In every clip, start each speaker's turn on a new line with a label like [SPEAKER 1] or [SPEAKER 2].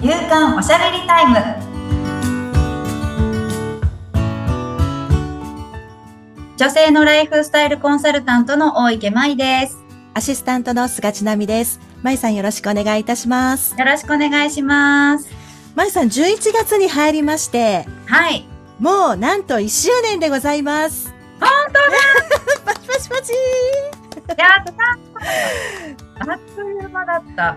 [SPEAKER 1] 夕刊おしゃべりタイム女性のライフスタイルコンサルタントの大池舞です
[SPEAKER 2] アシスタントの菅千奈美です。まいさんよろしくお願いいたします。
[SPEAKER 1] よろしくお願いします
[SPEAKER 2] まいさん11月に入りまして、
[SPEAKER 1] はい
[SPEAKER 2] もうなんと1周年でございます。本当だ パチパチパチ
[SPEAKER 1] やったーあっという間だった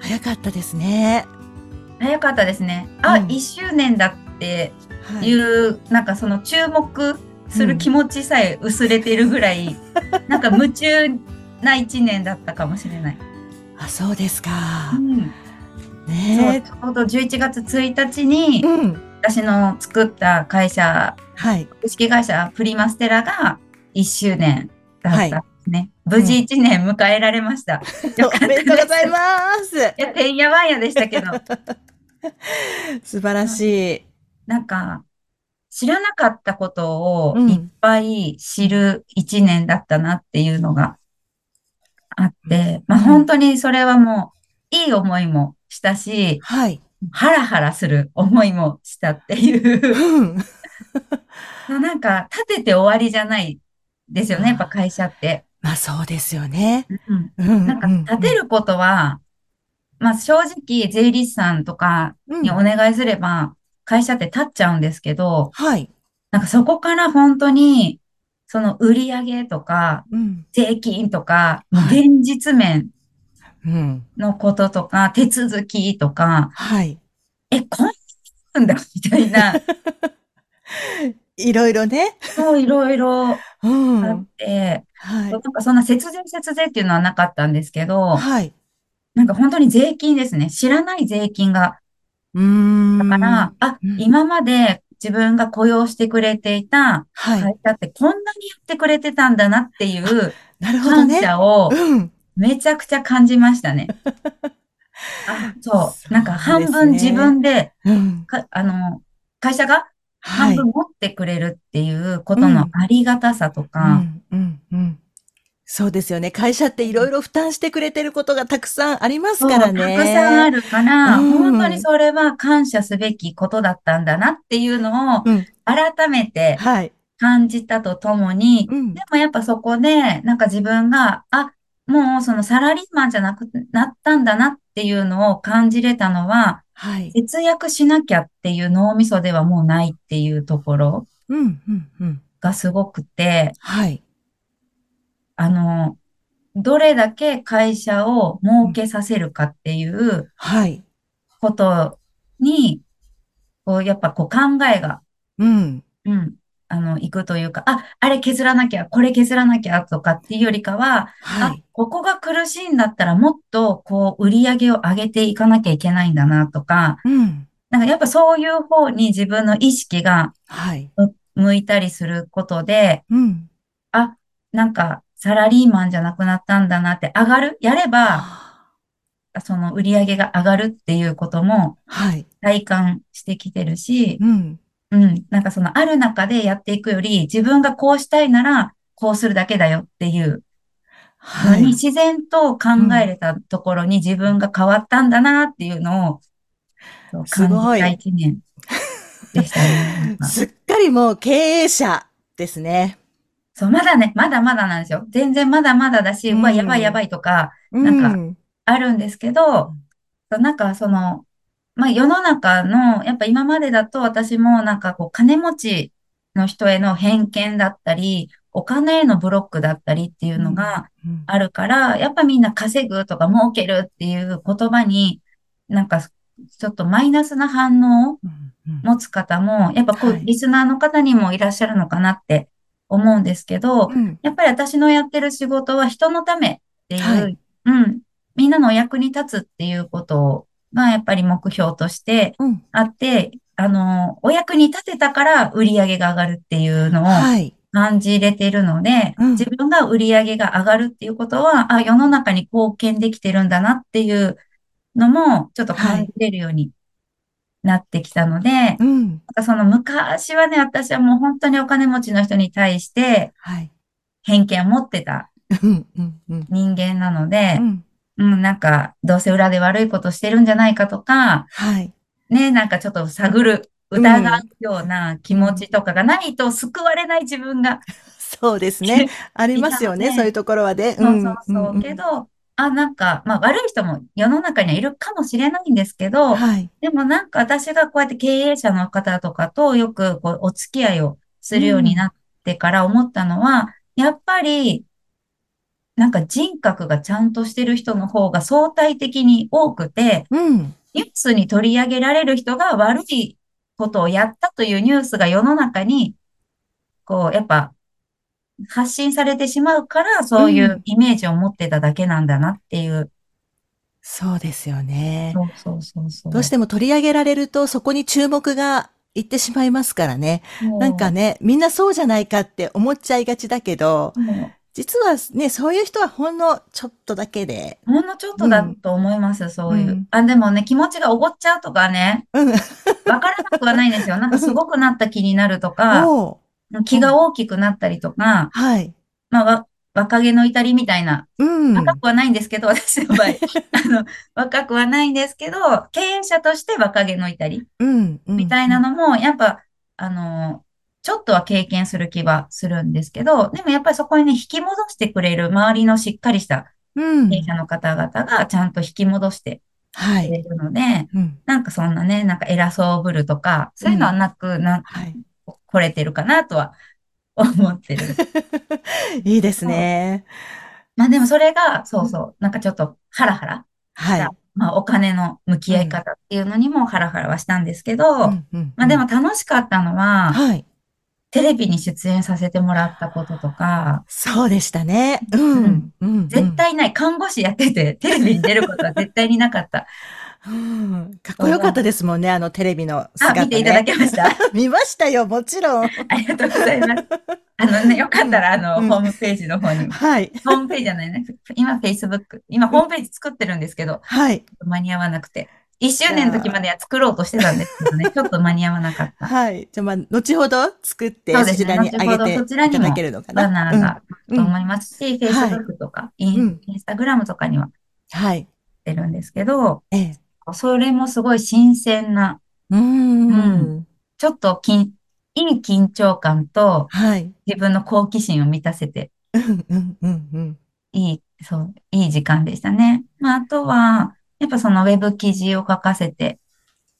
[SPEAKER 2] 早かったですね。
[SPEAKER 1] 早かったですねあ、
[SPEAKER 2] うん
[SPEAKER 1] 1周年だって
[SPEAKER 2] はい
[SPEAKER 1] う、なんかその注目する気持ちさえ薄れてるぐらい、なんか夢中な一年だったかもしれない。
[SPEAKER 2] あ、そうですか
[SPEAKER 1] う。んそう
[SPEAKER 2] ね
[SPEAKER 1] ちょうど11月1日に
[SPEAKER 2] え。うん。
[SPEAKER 1] 私の作った会社
[SPEAKER 2] はい。
[SPEAKER 1] 株式会社プリマステラが1周年だったんですね。
[SPEAKER 2] い
[SPEAKER 1] 無事1年迎えられました。よかった
[SPEAKER 2] お
[SPEAKER 1] で
[SPEAKER 2] め
[SPEAKER 1] す
[SPEAKER 2] でとうございます
[SPEAKER 1] い。やてんやわんやでしたけど
[SPEAKER 2] 素晴らしい。
[SPEAKER 1] なんか知らなかったことを
[SPEAKER 2] うん
[SPEAKER 1] いっぱい知る1年だったなっていうのがあって、まあ、
[SPEAKER 2] うん
[SPEAKER 1] 本当にそれはもういい思いもしたし
[SPEAKER 2] はい。
[SPEAKER 1] ハラハラする思いもしたっていう
[SPEAKER 2] うん。
[SPEAKER 1] まあなんか、立てて終わりじゃないですよね、やっぱ会社って。
[SPEAKER 2] まあそうですよね。
[SPEAKER 1] うん
[SPEAKER 2] うん。
[SPEAKER 1] なんか、立てることは、まあ正直、税理士さんとか
[SPEAKER 2] うん、
[SPEAKER 1] にお願いすれば、会社って立っちゃうんですけど、
[SPEAKER 2] はい。
[SPEAKER 1] なんかそこから本当に、その売り上げとか、
[SPEAKER 2] うん。
[SPEAKER 1] 税金とか、
[SPEAKER 2] はい
[SPEAKER 1] 現実面
[SPEAKER 2] うん。
[SPEAKER 1] のこととか、手続きとか、
[SPEAKER 2] はい。
[SPEAKER 1] え、こんなんだ、みたい な、
[SPEAKER 2] いろいろね。
[SPEAKER 1] そういろいろ
[SPEAKER 2] う
[SPEAKER 1] あっ
[SPEAKER 2] ん。
[SPEAKER 1] て、
[SPEAKER 2] はい
[SPEAKER 1] な。んかそんな節税節税っていうのはなかったんですけど、
[SPEAKER 2] はい。
[SPEAKER 1] なんか本当に税金ですね。知らない税金が。
[SPEAKER 2] うーん。
[SPEAKER 1] だから、あ、
[SPEAKER 2] うん
[SPEAKER 1] 今まで自分が雇用してくれていた
[SPEAKER 2] はい。
[SPEAKER 1] 会社ってこんなにやってくれてたんだなっていう
[SPEAKER 2] なるほど
[SPEAKER 1] 感
[SPEAKER 2] ね。
[SPEAKER 1] 謝を
[SPEAKER 2] うん。
[SPEAKER 1] めちゃくちゃ感じました ね。あ、そ
[SPEAKER 2] そう
[SPEAKER 1] う。なんか半分
[SPEAKER 2] で
[SPEAKER 1] 自
[SPEAKER 2] すね
[SPEAKER 1] 分で、
[SPEAKER 2] うん。
[SPEAKER 1] か、あの、会社が
[SPEAKER 2] は
[SPEAKER 1] 半
[SPEAKER 2] い。
[SPEAKER 1] 分持ってくれるっていうことのありがたさと
[SPEAKER 2] う
[SPEAKER 1] か、
[SPEAKER 2] ん。うん。うん。そうですよね。会社っていろいろ負担してくれてることがたくさんありますからね。
[SPEAKER 1] そうたくさんあるから、
[SPEAKER 2] うん
[SPEAKER 1] 本当にそれは感謝すべきことだったんだなっていうのを
[SPEAKER 2] うん、
[SPEAKER 1] 改めて
[SPEAKER 2] はい。
[SPEAKER 1] 感じたとともに、
[SPEAKER 2] うん
[SPEAKER 1] で。もやっぱそこで、なんか自分が、あ、もうそのサラリーマンじゃなくなったんだなっていうのを感じれたのは、
[SPEAKER 2] はい。
[SPEAKER 1] 節約しなきゃっていう脳みそではもうないっていうところ
[SPEAKER 2] うん。うん。うん。
[SPEAKER 1] がすごくて、
[SPEAKER 2] はい。
[SPEAKER 1] あの、どれだけ会社を儲けさせるかっていう、
[SPEAKER 2] はい。
[SPEAKER 1] ことに、こう、やっぱこう考えが、
[SPEAKER 2] うん。
[SPEAKER 1] うん、あの、いくというか、あ、あれ削らなきゃ、これ削らなきゃとかっていうよりかは、
[SPEAKER 2] は
[SPEAKER 1] あ
[SPEAKER 2] い。、
[SPEAKER 1] ここが苦しいんだったらもっとこう、売り上げを上げていかなきゃいけないんだなとか、
[SPEAKER 2] うん。
[SPEAKER 1] なんかやっぱそういう方に自分の意識が
[SPEAKER 2] はい。
[SPEAKER 1] 向いたりすることで、
[SPEAKER 2] うん。
[SPEAKER 1] なんかサラリーマンじゃなくなったんだなって、上がる、やれば、その売り上げが上がるっていうことも
[SPEAKER 2] はい。
[SPEAKER 1] 体感してきてるし、
[SPEAKER 2] うん。
[SPEAKER 1] うん。なんかそのある中でやっていくより、自分がこうしたいなら、こうするだけだよっていうの
[SPEAKER 2] は
[SPEAKER 1] に、
[SPEAKER 2] い。
[SPEAKER 1] 自然と考えれたところに自分が変わったんだなっていうのを、そう
[SPEAKER 2] すごい
[SPEAKER 1] 感じた一年でした ね。なんか
[SPEAKER 2] すっかりもう経営者ですね。
[SPEAKER 1] そう、まだね、まだまだなんですよ。全然まだまだだし、
[SPEAKER 2] うん
[SPEAKER 1] うわ、やばいやばいとか
[SPEAKER 2] うん
[SPEAKER 1] なんあるんですけ
[SPEAKER 2] う
[SPEAKER 1] ど
[SPEAKER 2] ん、
[SPEAKER 1] そうなんかその、まあ世の中の、やっぱ今までだと私もなんかこう金持ちの人への偏見だったり、お金へのブロックだったりっていうのが
[SPEAKER 2] うん
[SPEAKER 1] あるから、やっぱみんな稼ぐとか儲けるっていう言葉に、なんかちょっとマイナスな反応を
[SPEAKER 2] うんうん
[SPEAKER 1] 持つ方も、やっぱこ
[SPEAKER 2] は
[SPEAKER 1] う
[SPEAKER 2] い
[SPEAKER 1] リスナーの方にもいらっしゃるのかなって思うんですけど、
[SPEAKER 2] うん
[SPEAKER 1] やっぱり私のやってる仕事は人のためっていう、
[SPEAKER 2] はい
[SPEAKER 1] うん、みんなのお役に立つっていうことがやっぱり目標として
[SPEAKER 2] うん。
[SPEAKER 1] あって、あの、お役に立てたから売り上げが上がるっていうのを
[SPEAKER 2] はい。
[SPEAKER 1] 感じれてるので、
[SPEAKER 2] うん
[SPEAKER 1] 自分が売り上げが上がるっていうことは、あ、世の中に貢献できてるんだなっていうのもちょっと感じれるようになってきたので、
[SPEAKER 2] うん。
[SPEAKER 1] なんかその昔はね、私はもう本当にお金持ちの人に対して
[SPEAKER 2] はい。
[SPEAKER 1] 偏見を持ってた
[SPEAKER 2] うん。うん。うん。
[SPEAKER 1] 人間なので、
[SPEAKER 2] うん
[SPEAKER 1] うん、なんか、どうせ裏で悪いことしてるんじゃないかとか、
[SPEAKER 2] はい。
[SPEAKER 1] ね、なんかちょっと探る、疑うような気持ちとかがないと救われない自分が
[SPEAKER 2] そうですね。ありますよね、
[SPEAKER 1] いたので
[SPEAKER 2] そういうところはね。
[SPEAKER 1] そうそうそう。
[SPEAKER 2] んんん
[SPEAKER 1] けど、あ、なんか、まあ悪い人も世の中にはいるかもしれないんですけど、
[SPEAKER 2] はい。
[SPEAKER 1] でもなんか私がこうやって経営者の方とかとよくこうお付き合いをするようになってから思ったのは、やっぱり、なんか人格がちゃんとしてる人の方が相対的に多くて、
[SPEAKER 2] うん。
[SPEAKER 1] ニュースに取り上げられる人が悪いことをやったというニュースが世の中に、こう、やっぱ発信されてしまうから、そうい
[SPEAKER 2] うん
[SPEAKER 1] うイメージを持ってただけなんだなっていう。
[SPEAKER 2] そうですよね。
[SPEAKER 1] そうそうそうそう。
[SPEAKER 2] どうしても取り上げられると、そこに注目がいってしまいますからね。
[SPEAKER 1] もう
[SPEAKER 2] なんか、ね、みんなそうじゃないかって思っちゃいがちだけど、
[SPEAKER 1] も
[SPEAKER 2] 実はね、そういう人はほんのちょっとだけで。。
[SPEAKER 1] うほんのちょっとだと思います、そういううんあ、でもね、気持ちがおごっちゃうとかね、
[SPEAKER 2] うん。
[SPEAKER 1] わからなくはないんですよ。なんかすごくなった気になると か、
[SPEAKER 2] おう
[SPEAKER 1] 気が大きくなったりとか、
[SPEAKER 2] はい。
[SPEAKER 1] まあ、わ若気の至りみたいな、
[SPEAKER 2] うん。
[SPEAKER 1] 若くはないんですけど、私 の場合、あの、若くはないんですけど、経営者として若気の至り。
[SPEAKER 2] うん。うん
[SPEAKER 1] みたいな。のも、やっぱ、あの、ちょっとは経験する気はするんですけど、でもやっぱりそこにね、引き戻してくれる周りのしっかりした
[SPEAKER 2] うん
[SPEAKER 1] 経営。者の方々がちゃんと引き戻して
[SPEAKER 2] は
[SPEAKER 1] くれ
[SPEAKER 2] い。
[SPEAKER 1] るので、
[SPEAKER 2] うん。
[SPEAKER 1] なんかそんなね、なんか偉そうぶるとか、そういうのはなく、なん
[SPEAKER 2] はい。
[SPEAKER 1] 来れてるかなとは思って る。
[SPEAKER 2] いいですね。
[SPEAKER 1] まあでもそれが、そうそう、なんかちょっとハラハラし
[SPEAKER 2] はい
[SPEAKER 1] た。まあお金の向き合い方っていうのにもハラハラはしたんですけど、
[SPEAKER 2] うんうん
[SPEAKER 1] まあでも、楽しかったのは、
[SPEAKER 2] はい。
[SPEAKER 1] テレビに出演させてもらったこととか、
[SPEAKER 2] そうでしたね。うん。うん
[SPEAKER 1] 絶、対ない。看護師やってて、テレビに出ることは絶対になか った。
[SPEAKER 2] うんかっこよかったですもんね、あのテレビの姿、ね。
[SPEAKER 1] あ、見ていただけま した。
[SPEAKER 2] 見ましたよ、もちろん。
[SPEAKER 1] ありがとうございます。あのね、よかったら、あの、
[SPEAKER 2] うん
[SPEAKER 1] ホームページの方 に、
[SPEAKER 2] はい。
[SPEAKER 1] ホームページじゃないね。今、Facebook。今、ホームページ作ってるんですけど、
[SPEAKER 2] はい。
[SPEAKER 1] 間に合わなくて。1周年の時までは作ろうとしてたんですけど ね、ちょっと間に合わなかった。
[SPEAKER 2] はい。じゃあ、まあ、後ほど作って、
[SPEAKER 1] そう
[SPEAKER 2] そ
[SPEAKER 1] ですね
[SPEAKER 2] ちらにあげ
[SPEAKER 1] 後ほ
[SPEAKER 2] て
[SPEAKER 1] どそちら
[SPEAKER 2] い
[SPEAKER 1] に
[SPEAKER 2] た
[SPEAKER 1] も
[SPEAKER 2] だけるのかな。
[SPEAKER 1] バナーがあると思いますし、
[SPEAKER 2] んはい
[SPEAKER 1] Facebook とか、イ
[SPEAKER 2] うん
[SPEAKER 1] ンインスタグラムとかには
[SPEAKER 2] うんはい。
[SPEAKER 1] 出るんですけど、
[SPEAKER 2] ええ。
[SPEAKER 1] それもすごい新鮮な、
[SPEAKER 2] うーん
[SPEAKER 1] うんちょっと緊いい緊張感と
[SPEAKER 2] はい。
[SPEAKER 1] 自分の好奇心を満たせて、
[SPEAKER 2] うん、うん、うん、うん。
[SPEAKER 1] いい、そう、いい時間でしたね。まあ、あとは、やっぱそのウェブ記事を書かせて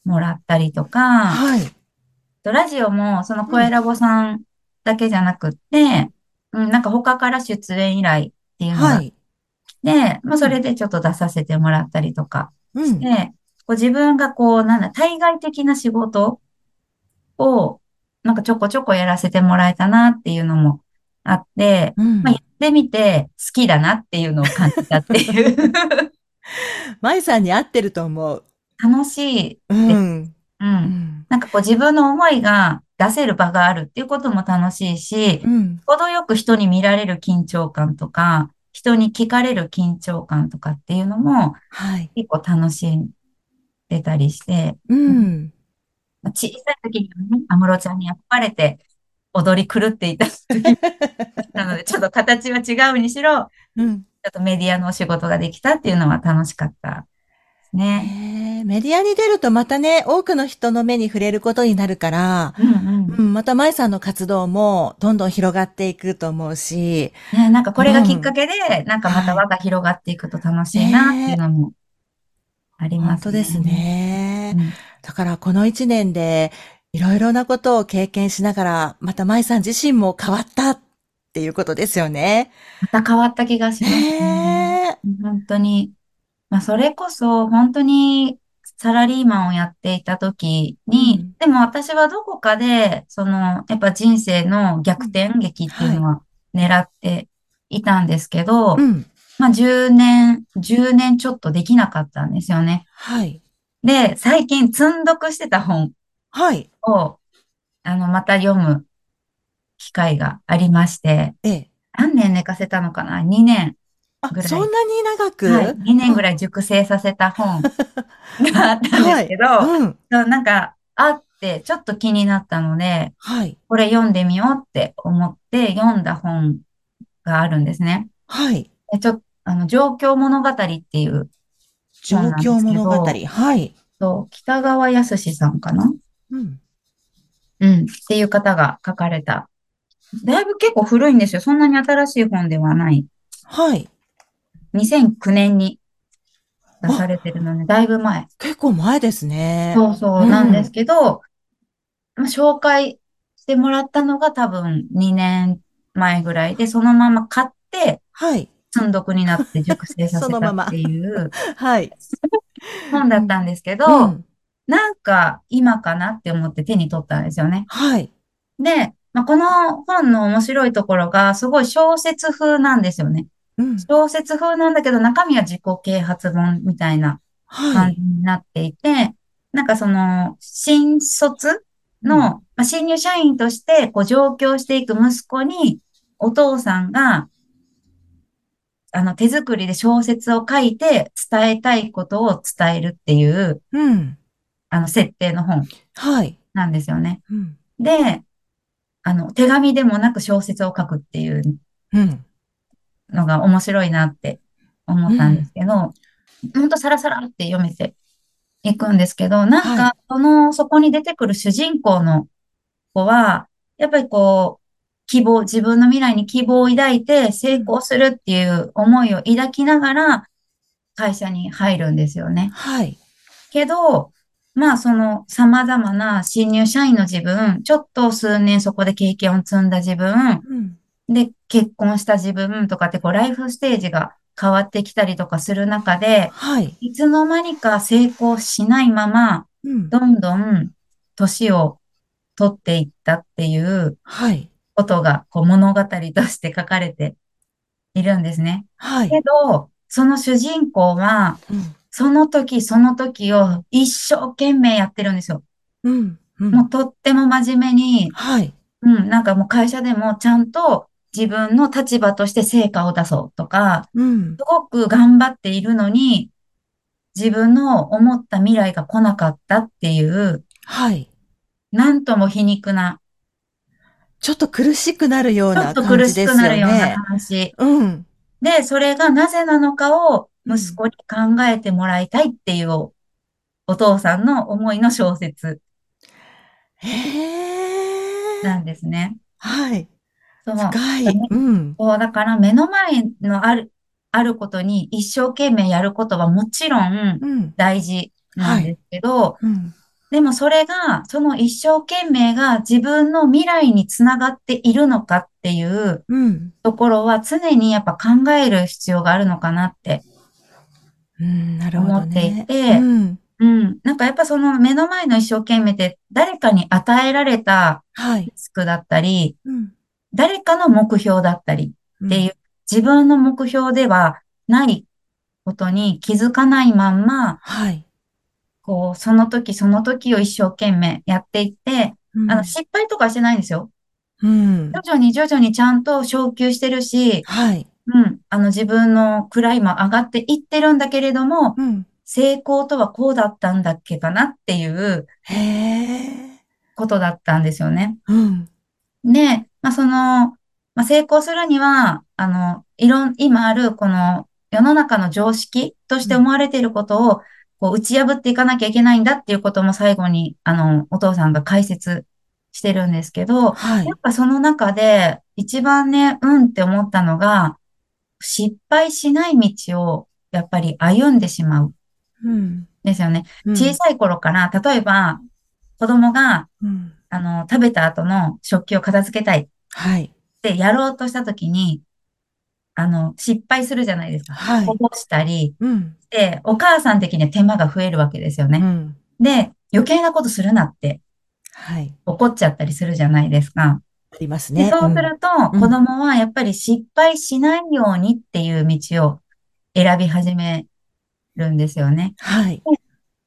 [SPEAKER 1] もらったりとか、
[SPEAKER 2] はい。
[SPEAKER 1] とラジオもその声ラボさんだけじゃなくって、うん、なんか他から出演依頼っていうのが
[SPEAKER 2] は
[SPEAKER 1] あっ
[SPEAKER 2] い。
[SPEAKER 1] て、まあ、それでちょっと出させてもらったりとか、
[SPEAKER 2] うん。
[SPEAKER 1] で、こう自分がこう、なんだ、対外的な仕事を、なんかちょこちょこやらせてもらえたなっていうのもあって、
[SPEAKER 2] うん
[SPEAKER 1] まあ、やってみて好きだなっていうのを感じたって いう。
[SPEAKER 2] まいさんに合ってると思う。
[SPEAKER 1] 楽しい。
[SPEAKER 2] うん。
[SPEAKER 1] う。
[SPEAKER 2] うんん。
[SPEAKER 1] なんかこう自分の思いが出せる場があるっていうことも楽しいし、
[SPEAKER 2] うん。
[SPEAKER 1] 程よく人に見られる緊張感とか、人に聞かれる緊張感とかっていうのも
[SPEAKER 2] はい。
[SPEAKER 1] 結構楽しんでたりして、
[SPEAKER 2] うん。
[SPEAKER 1] まあ小さい時にはね、安室ちゃんに憧れて踊り狂っていた時なので、ちょっと形は違うにしろ、
[SPEAKER 2] うん。
[SPEAKER 1] ちょっとメディアのお仕事ができたっていうのは楽しかったですね。
[SPEAKER 2] ねえメディアに出るとまたね、多くの人の目に触れることになるから、
[SPEAKER 1] うんうん。
[SPEAKER 2] うん、また舞さんの活動もどんどん広がっていくと思うし、
[SPEAKER 1] ね、なんかこれがきっかけで、なんかまた
[SPEAKER 2] は
[SPEAKER 1] 輪が広がっていくと楽しいなっていうのもありま
[SPEAKER 2] 本
[SPEAKER 1] す
[SPEAKER 2] 当です。ね。
[SPEAKER 1] うん
[SPEAKER 2] だからこの一年でいろいろなことを経験しながら、また舞さん自身も変わったっていうことですよね。
[SPEAKER 1] また変わった気がしますね。
[SPEAKER 2] ねえ。
[SPEAKER 1] 本当に。まあ、それこそ、本当に、サラリーマンをやっていた時に、
[SPEAKER 2] うん
[SPEAKER 1] でも私はどこかで、その、やっぱ人生の逆転劇っていうのは狙っていたんですけど、
[SPEAKER 2] うん。
[SPEAKER 1] まあ、10年、10年ちょっとできなかったんですよね。
[SPEAKER 2] はい。
[SPEAKER 1] で、最近積んどくしてた本
[SPEAKER 2] はい。
[SPEAKER 1] を、あの、また読む機会がありまして、
[SPEAKER 2] ええ。
[SPEAKER 1] 何年寝かせたのかな ?2 年。ぐ
[SPEAKER 2] あ、
[SPEAKER 1] らい
[SPEAKER 2] そんなに長く、
[SPEAKER 1] はい。2年ぐらい熟成させた 本があったんですけど、
[SPEAKER 2] うん。
[SPEAKER 1] そうなんか、あって、ちょっと気になったので、
[SPEAKER 2] はい。
[SPEAKER 1] これ読んでみようって思って読んだ本があるんですね。
[SPEAKER 2] はい。
[SPEAKER 1] でちょっあの、状況物語っていう
[SPEAKER 2] 状
[SPEAKER 1] 本なんで
[SPEAKER 2] 況
[SPEAKER 1] すけ
[SPEAKER 2] 物語。
[SPEAKER 1] ど、
[SPEAKER 2] はい。
[SPEAKER 1] そう北川康さんかな
[SPEAKER 2] うん。
[SPEAKER 1] うん、っていう方が書かれた。だいぶ結構古いんですよ。そんなに新しい本ではない。
[SPEAKER 2] はい。
[SPEAKER 1] 2009年に出さ
[SPEAKER 2] あ、
[SPEAKER 1] れてるので、だいぶ前。
[SPEAKER 2] 結構前ですね。
[SPEAKER 1] そうそううなんです
[SPEAKER 2] ん。
[SPEAKER 1] けど、まあ、紹介してもらったのが多分2年前ぐらいで、そのまま買って、
[SPEAKER 2] はい。
[SPEAKER 1] 積んどくになって熟成さ
[SPEAKER 2] そ
[SPEAKER 1] せ
[SPEAKER 2] の
[SPEAKER 1] た
[SPEAKER 2] ま
[SPEAKER 1] っ
[SPEAKER 2] ま。
[SPEAKER 1] ていう
[SPEAKER 2] はい。
[SPEAKER 1] 本
[SPEAKER 2] う
[SPEAKER 1] だった
[SPEAKER 2] ん。
[SPEAKER 1] んですけ
[SPEAKER 2] う
[SPEAKER 1] ど、
[SPEAKER 2] ん。
[SPEAKER 1] なんか今かなって思って手に取ったんですよね。
[SPEAKER 2] はい。
[SPEAKER 1] で、まあ、この本の面白いところが、すごい小説風なんですよね。
[SPEAKER 2] うん。
[SPEAKER 1] 小説風なんだけど、中身は自己啓発本みたいな
[SPEAKER 2] は
[SPEAKER 1] 感
[SPEAKER 2] い。
[SPEAKER 1] じになっていて、なんかその、新卒
[SPEAKER 2] うん。
[SPEAKER 1] の、まあ、新入社員として、こう、上京していく息子に、お父さんが、あの、手作りで小説を書いて、伝えたいことを伝えるっていう、
[SPEAKER 2] うん。
[SPEAKER 1] あの、設定の本
[SPEAKER 2] はい。
[SPEAKER 1] なんですよね。
[SPEAKER 2] うん。
[SPEAKER 1] で、あの、手紙でもなく小説を書くっていう
[SPEAKER 2] うん。
[SPEAKER 1] のが面白いなって思
[SPEAKER 2] う
[SPEAKER 1] ったんです
[SPEAKER 2] ん。
[SPEAKER 1] けど、ほんとサラサラって読めていくんですけど、なん
[SPEAKER 2] はい。
[SPEAKER 1] か、その、そこに出てくる主人公の子は、やっぱりこう、希望、自分の未来に希望を抱いて
[SPEAKER 2] う
[SPEAKER 1] 成
[SPEAKER 2] ん。
[SPEAKER 1] 功するっていう思いを抱きながら会社に入るんですよね。
[SPEAKER 2] はい。
[SPEAKER 1] けど、まあその様々な新入社員の自分、ちょっと数年そこで経験を積んだ自分、
[SPEAKER 2] うん。
[SPEAKER 1] で、結婚した自分とかってこうライフステージが変わってきたりとかする中で、
[SPEAKER 2] はい。
[SPEAKER 1] いつの間にか成功しないまま、
[SPEAKER 2] うん。
[SPEAKER 1] どんどん年を取っていったっていう
[SPEAKER 2] はい。
[SPEAKER 1] ことがこう物語として書かれているんですね。
[SPEAKER 2] は
[SPEAKER 1] け
[SPEAKER 2] い。
[SPEAKER 1] ど、その主人公は、
[SPEAKER 2] うん。
[SPEAKER 1] その時その時を一生懸命やってるんですよ。
[SPEAKER 2] うん。う
[SPEAKER 1] も
[SPEAKER 2] ん。
[SPEAKER 1] うとっても真面目に、
[SPEAKER 2] はい。
[SPEAKER 1] うん、なんかもう会社でもちゃんと自分の立場として成果を出そうとか、
[SPEAKER 2] うん。
[SPEAKER 1] すごく頑張っているのに、自分の思った未来が来なかったっていう、
[SPEAKER 2] はい。
[SPEAKER 1] なんとも皮肉な、
[SPEAKER 2] ちょっと苦しくなるよう
[SPEAKER 1] ちょっ
[SPEAKER 2] な
[SPEAKER 1] と
[SPEAKER 2] 感
[SPEAKER 1] 苦
[SPEAKER 2] じ
[SPEAKER 1] し
[SPEAKER 2] で
[SPEAKER 1] く
[SPEAKER 2] す
[SPEAKER 1] なる
[SPEAKER 2] よ
[SPEAKER 1] ような
[SPEAKER 2] ね。
[SPEAKER 1] 話。
[SPEAKER 2] うん。
[SPEAKER 1] で、それがなぜなのかを
[SPEAKER 2] う
[SPEAKER 1] 息
[SPEAKER 2] ん。
[SPEAKER 1] 子に考えてもらいたいっていうお、お父さんの思いの小説
[SPEAKER 2] へえ。
[SPEAKER 1] なんですね。
[SPEAKER 2] はい。
[SPEAKER 1] そう。
[SPEAKER 2] 深い。うん。
[SPEAKER 1] そう、だから目の前のある、あることに一生懸命やることはもちろん
[SPEAKER 2] うん。
[SPEAKER 1] 大事な
[SPEAKER 2] は
[SPEAKER 1] ん
[SPEAKER 2] い。
[SPEAKER 1] ですけど、
[SPEAKER 2] うん。
[SPEAKER 1] でもそれが、その一生懸命が自分の未来につながっているのかっていう
[SPEAKER 2] うん。
[SPEAKER 1] ところは常にやっぱ考える必要があるのかなって
[SPEAKER 2] うん。なるほ
[SPEAKER 1] 思
[SPEAKER 2] ど
[SPEAKER 1] ってい
[SPEAKER 2] ね。う
[SPEAKER 1] て、
[SPEAKER 2] ん。
[SPEAKER 1] うん。なんかやっぱその目の前の一生懸命って誰かに与えられた
[SPEAKER 2] はい。
[SPEAKER 1] リスクだったり、
[SPEAKER 2] うん。
[SPEAKER 1] 誰かの目標だったりっ
[SPEAKER 2] う
[SPEAKER 1] てい
[SPEAKER 2] ん。
[SPEAKER 1] う自分の目標ではないことに気づかないまんま、
[SPEAKER 2] はい。
[SPEAKER 1] こう、その時その時を一生懸命やっていって、
[SPEAKER 2] う
[SPEAKER 1] あの、
[SPEAKER 2] ん。
[SPEAKER 1] 失敗とかしてないんですよ。
[SPEAKER 2] うん。
[SPEAKER 1] 徐々に徐々にちゃんと昇級してるし、
[SPEAKER 2] はい。
[SPEAKER 1] うん、あの自分の位も上がっていってるんだけれども、
[SPEAKER 2] うん。
[SPEAKER 1] 成功とはこうだったんだっけかなっていう
[SPEAKER 2] へえ。
[SPEAKER 1] ことだったんですよね。
[SPEAKER 2] うん。
[SPEAKER 1] で、まあ、その、まあ、成功するには、あの、いろん、今ある、この、世の中の常識とし
[SPEAKER 2] う
[SPEAKER 1] て
[SPEAKER 2] ん。
[SPEAKER 1] 思われていることを、こう、打ち破っていかなきゃいけないんだっていうことも最後に、あの、お父さんが解説してるんですけど、
[SPEAKER 2] は
[SPEAKER 1] や
[SPEAKER 2] い。
[SPEAKER 1] っぱその中で、一番ね、うんって思ったのが、失敗しない道を、やっぱり歩んでしまうん
[SPEAKER 2] うん。
[SPEAKER 1] ですよね。
[SPEAKER 2] う
[SPEAKER 1] 小
[SPEAKER 2] ん。
[SPEAKER 1] さい頃から、例えば、子供が、
[SPEAKER 2] うん。
[SPEAKER 1] あの、食べた後の食器を片付けたい。
[SPEAKER 2] はい。
[SPEAKER 1] で、やろうとしたときに、あの、失敗するじゃないですか。
[SPEAKER 2] は
[SPEAKER 1] こ
[SPEAKER 2] い。
[SPEAKER 1] ぼしたり、
[SPEAKER 2] うん。
[SPEAKER 1] で、お母さん的には手間が増えるわけですよ
[SPEAKER 2] う
[SPEAKER 1] ね。
[SPEAKER 2] ん。
[SPEAKER 1] で、余計なことするなって
[SPEAKER 2] はい。
[SPEAKER 1] 怒っちゃったりするじゃないですか。
[SPEAKER 2] あります
[SPEAKER 1] で、
[SPEAKER 2] ね。う
[SPEAKER 1] そうす
[SPEAKER 2] ん。
[SPEAKER 1] ると、
[SPEAKER 2] う
[SPEAKER 1] 子
[SPEAKER 2] ん。
[SPEAKER 1] 供はやっぱり失敗しないようにっていう道を選び始めるんですよね。
[SPEAKER 2] はい。
[SPEAKER 1] で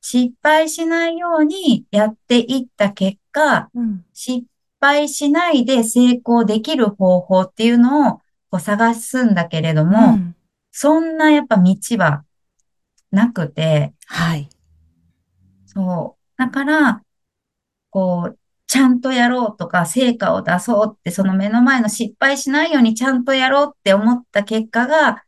[SPEAKER 1] 失敗しないようにやっていった結果、
[SPEAKER 2] うん。
[SPEAKER 1] 失敗しないで成功できる方法っていうのをこう探すんだけれど
[SPEAKER 2] う
[SPEAKER 1] も、
[SPEAKER 2] ん。
[SPEAKER 1] そんなやっぱ道はなくて、
[SPEAKER 2] はい。
[SPEAKER 1] そう。だから、こう、ちゃんとやろうとか、成果を出そうって、その目の前の失敗しないようにちゃんとやろうって思った結果が、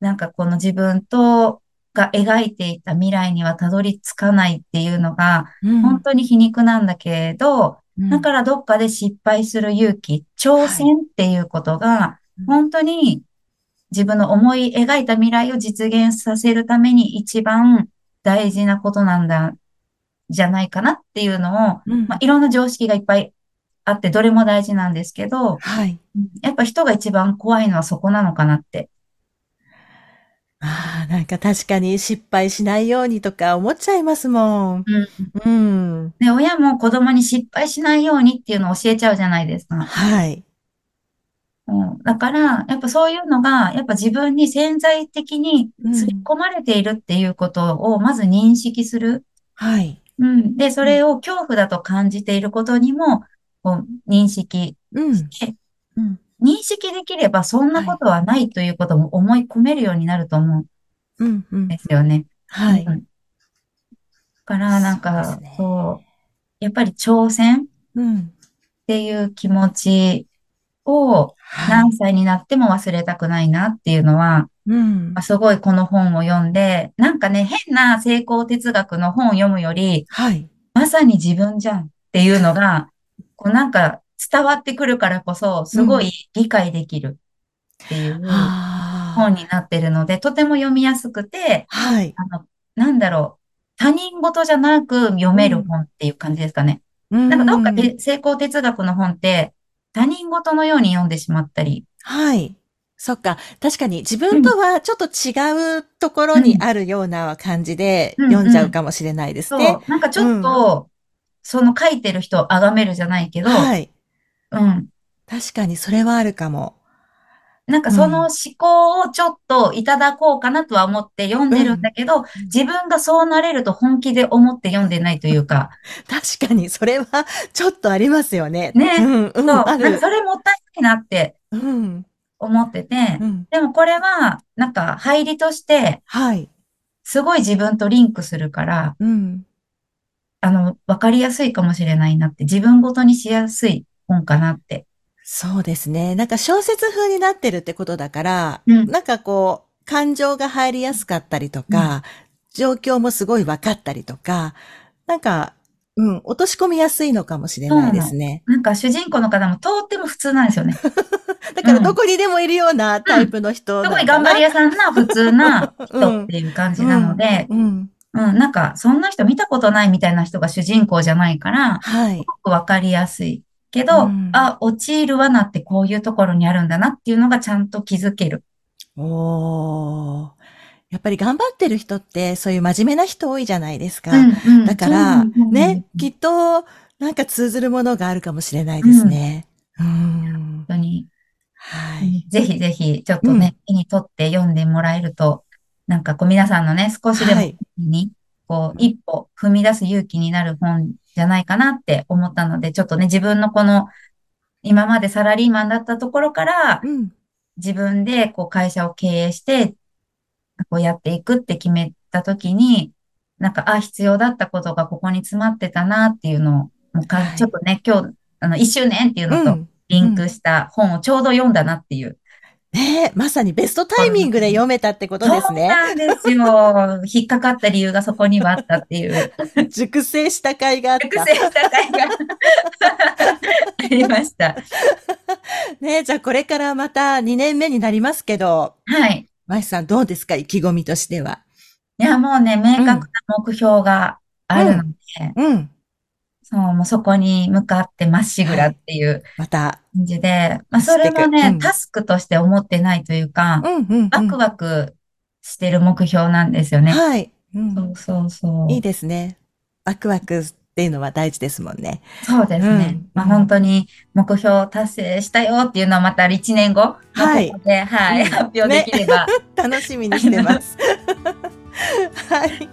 [SPEAKER 1] なんかこの自分と、が描いていた未来にはたどり着かないっていうのが、
[SPEAKER 2] うん
[SPEAKER 1] 本当に皮肉なんだけれど、
[SPEAKER 2] うん
[SPEAKER 1] だからどっかで失敗する勇気、挑戦っていうことが
[SPEAKER 2] うん、
[SPEAKER 1] 本当に自分の思い描いた未来を実現させるために一番大事なことなんだ、じゃないかなっていうのを、
[SPEAKER 2] うん
[SPEAKER 1] まあ、いろんな常識がいっぱいあって、どれも大事なんですけど、
[SPEAKER 2] はい。
[SPEAKER 1] やっぱ人が一番怖いのはそこなのかなって。
[SPEAKER 2] ああ、なんか確かに失敗しないようにとか思っちゃいますもん。
[SPEAKER 1] うん
[SPEAKER 2] うん。
[SPEAKER 1] で、親も子供に失敗しないようにっていうのを教えちゃうじゃないですか。
[SPEAKER 2] はい。
[SPEAKER 1] うん、だから、やっぱそういうのが、やっぱ自分に潜在的に刷り込まれているっていうことをまず認識する。
[SPEAKER 2] はい。
[SPEAKER 1] うん、で、それを恐怖だと感じていることにも、こう認識。
[SPEAKER 2] うん。
[SPEAKER 1] て
[SPEAKER 2] うん。
[SPEAKER 1] 認識できればそんなことはないということも思い込めるようになると思うん
[SPEAKER 2] うん。うん
[SPEAKER 1] で。すよね。
[SPEAKER 2] はい。
[SPEAKER 1] うんだから、なん
[SPEAKER 2] そ
[SPEAKER 1] か
[SPEAKER 2] うですね、
[SPEAKER 1] そう、やっぱり挑戦っ
[SPEAKER 2] うん。
[SPEAKER 1] ていう気持ちを
[SPEAKER 2] は
[SPEAKER 1] 何
[SPEAKER 2] い。
[SPEAKER 1] 歳になっても忘れたくないなっていうのは、
[SPEAKER 2] うん
[SPEAKER 1] まあ。すごいこの本を読んで、なんかね、変な成功哲学の本を読むより、
[SPEAKER 2] はい。
[SPEAKER 1] まさに自分じゃんっていうのが、こうなんか伝わってくるからこそ、すごい理解できるっていう本
[SPEAKER 2] あ
[SPEAKER 1] になってるので、とても読みやすくて、
[SPEAKER 2] あ。はい。
[SPEAKER 1] あの、なんだろう、他人事じゃなく読める本っていう感じですかね。
[SPEAKER 2] うん
[SPEAKER 1] なんかどっかで成功哲学の本って、他人事のように読んでしまったり、
[SPEAKER 2] はい。そっか。確かに自分とはちょっと違うところにあるような感じで
[SPEAKER 1] うん
[SPEAKER 2] 読んじゃうかもしれないですね。
[SPEAKER 1] そう、なんかちょっと、その書いてる人を崇めるじゃないけど、
[SPEAKER 2] はい。
[SPEAKER 1] うん。
[SPEAKER 2] 確かにそれはあるかも。
[SPEAKER 1] なんかその思考をちょっといただこうかなとは思って読んでるんだけど、自分がそうなれると本気で思って読んでないというか、
[SPEAKER 2] 確かにそれはちょっとありますよね。
[SPEAKER 1] ね
[SPEAKER 2] うん、うん、
[SPEAKER 1] そう、な
[SPEAKER 2] あ
[SPEAKER 1] んか
[SPEAKER 2] る。
[SPEAKER 1] それもったいないなって
[SPEAKER 2] うん、
[SPEAKER 1] 思ってて、
[SPEAKER 2] うん。
[SPEAKER 1] でもこれは、なんか入りとして、
[SPEAKER 2] はい。
[SPEAKER 1] すごい自分とリンクするから、
[SPEAKER 2] うん。
[SPEAKER 1] あの、わかりやすいかもしれないなって、自分ごとにしやすい本かなって。
[SPEAKER 2] そうですね。なんか小説風になってるってことだから、
[SPEAKER 1] うん
[SPEAKER 2] なんかこう、感情が入りやすかったりとか、状況もすごい分かったりとか、なんか、うん、落とし込みやすいのかもしれないですね。
[SPEAKER 1] なんか主人公の方もとっても普通なんですよね。
[SPEAKER 2] だからどこにでもいるようなタイプの人
[SPEAKER 1] す
[SPEAKER 2] なの
[SPEAKER 1] ご
[SPEAKER 2] か
[SPEAKER 1] い
[SPEAKER 2] な、
[SPEAKER 1] 頑張り屋さんな普通な人
[SPEAKER 2] う
[SPEAKER 1] っ
[SPEAKER 2] ん
[SPEAKER 1] ていう感じなので、
[SPEAKER 2] うん。
[SPEAKER 1] うん、なんかそんな人見たことないみたいな人が主人公じゃないから、
[SPEAKER 2] は
[SPEAKER 1] す。
[SPEAKER 2] い
[SPEAKER 1] ごくわかりやすい。けど、
[SPEAKER 2] うん
[SPEAKER 1] あ、陥る罠ってこういうところにあるんだなっていうのがちゃんと気づける。
[SPEAKER 2] おー。やっぱり頑張ってる人って、そういう真面目な人多いじゃないですか。
[SPEAKER 1] うんうん
[SPEAKER 2] だから、
[SPEAKER 1] そう
[SPEAKER 2] ね、き
[SPEAKER 1] 本
[SPEAKER 2] っと、なんか通ずるものがあるかもしれないですね。うん。
[SPEAKER 1] 当に。
[SPEAKER 2] はい。
[SPEAKER 1] ぜひぜひ、ちょっとね、手に取って読んでもらえると、なんかこう皆さんのね、少しで
[SPEAKER 2] は
[SPEAKER 1] も
[SPEAKER 2] い。
[SPEAKER 1] に、こう、一歩踏み出す勇気になる本じゃないかなって思ったので、ちょっとね、自分のこの、今までサラリーマンだったところから
[SPEAKER 2] う、ん。
[SPEAKER 1] 自分でこう会社を経営して、こうやっていくって決めたときに、なんか、あ、必要だったことがここに詰まってたなっていうのを、もうか
[SPEAKER 2] はい
[SPEAKER 1] ちょっとね、今日、あの、一周年っていうの
[SPEAKER 2] う
[SPEAKER 1] と
[SPEAKER 2] ん。
[SPEAKER 1] リンクした本をちょうど読んだなっていう。
[SPEAKER 2] ねえまさにベストタイミングで読めたってことですね。
[SPEAKER 1] そうなんです よ。引っかかった理由がそこにはあったっていう。
[SPEAKER 2] 熟成した甲斐があっ
[SPEAKER 1] 熟
[SPEAKER 2] た
[SPEAKER 1] 成。した回が ありました。
[SPEAKER 2] ねえじゃあこれからまた2年目になりますけど、
[SPEAKER 1] はい。
[SPEAKER 2] マイスさんどうですか意気込みとしては。
[SPEAKER 1] いや、もうね、明確な目標があるので、
[SPEAKER 2] うん。
[SPEAKER 1] そう、もうそこに向かってまっしぐらっていう
[SPEAKER 2] また。
[SPEAKER 1] 感じで、まあ、
[SPEAKER 2] 走
[SPEAKER 1] そ
[SPEAKER 2] って
[SPEAKER 1] れ
[SPEAKER 2] く
[SPEAKER 1] もね、
[SPEAKER 2] うん
[SPEAKER 1] タスクとして思ってないというか
[SPEAKER 2] う、んうん、うん。
[SPEAKER 1] ワクワクしてる目標なんですよね。
[SPEAKER 2] はい。うん
[SPEAKER 1] そうそうそう。
[SPEAKER 2] いいですね。ワクワクっていうのは大事ですもんね。
[SPEAKER 1] そうですね。
[SPEAKER 2] うん
[SPEAKER 1] まあ
[SPEAKER 2] うん
[SPEAKER 1] 本当に目標を達成したよっていうのはまた1年後の
[SPEAKER 2] はい
[SPEAKER 1] ここで、はい、
[SPEAKER 2] うん
[SPEAKER 1] 発表できれば。
[SPEAKER 2] 楽しみにしてます。はい。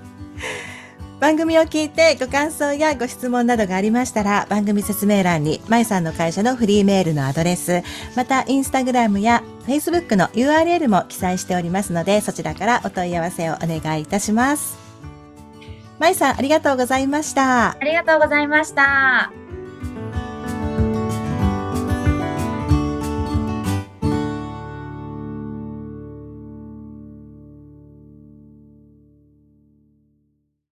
[SPEAKER 2] 番組を聞いてご感想やご質問などがありましたら番組説明欄にまいさんの会社のフリーメールのアドレスまたインスタグラムやフェイスブックの URL も記載しておりますのでそちらからお問い合わせをお願いいたしますまいさんありがとうございました
[SPEAKER 1] ありがとうございました。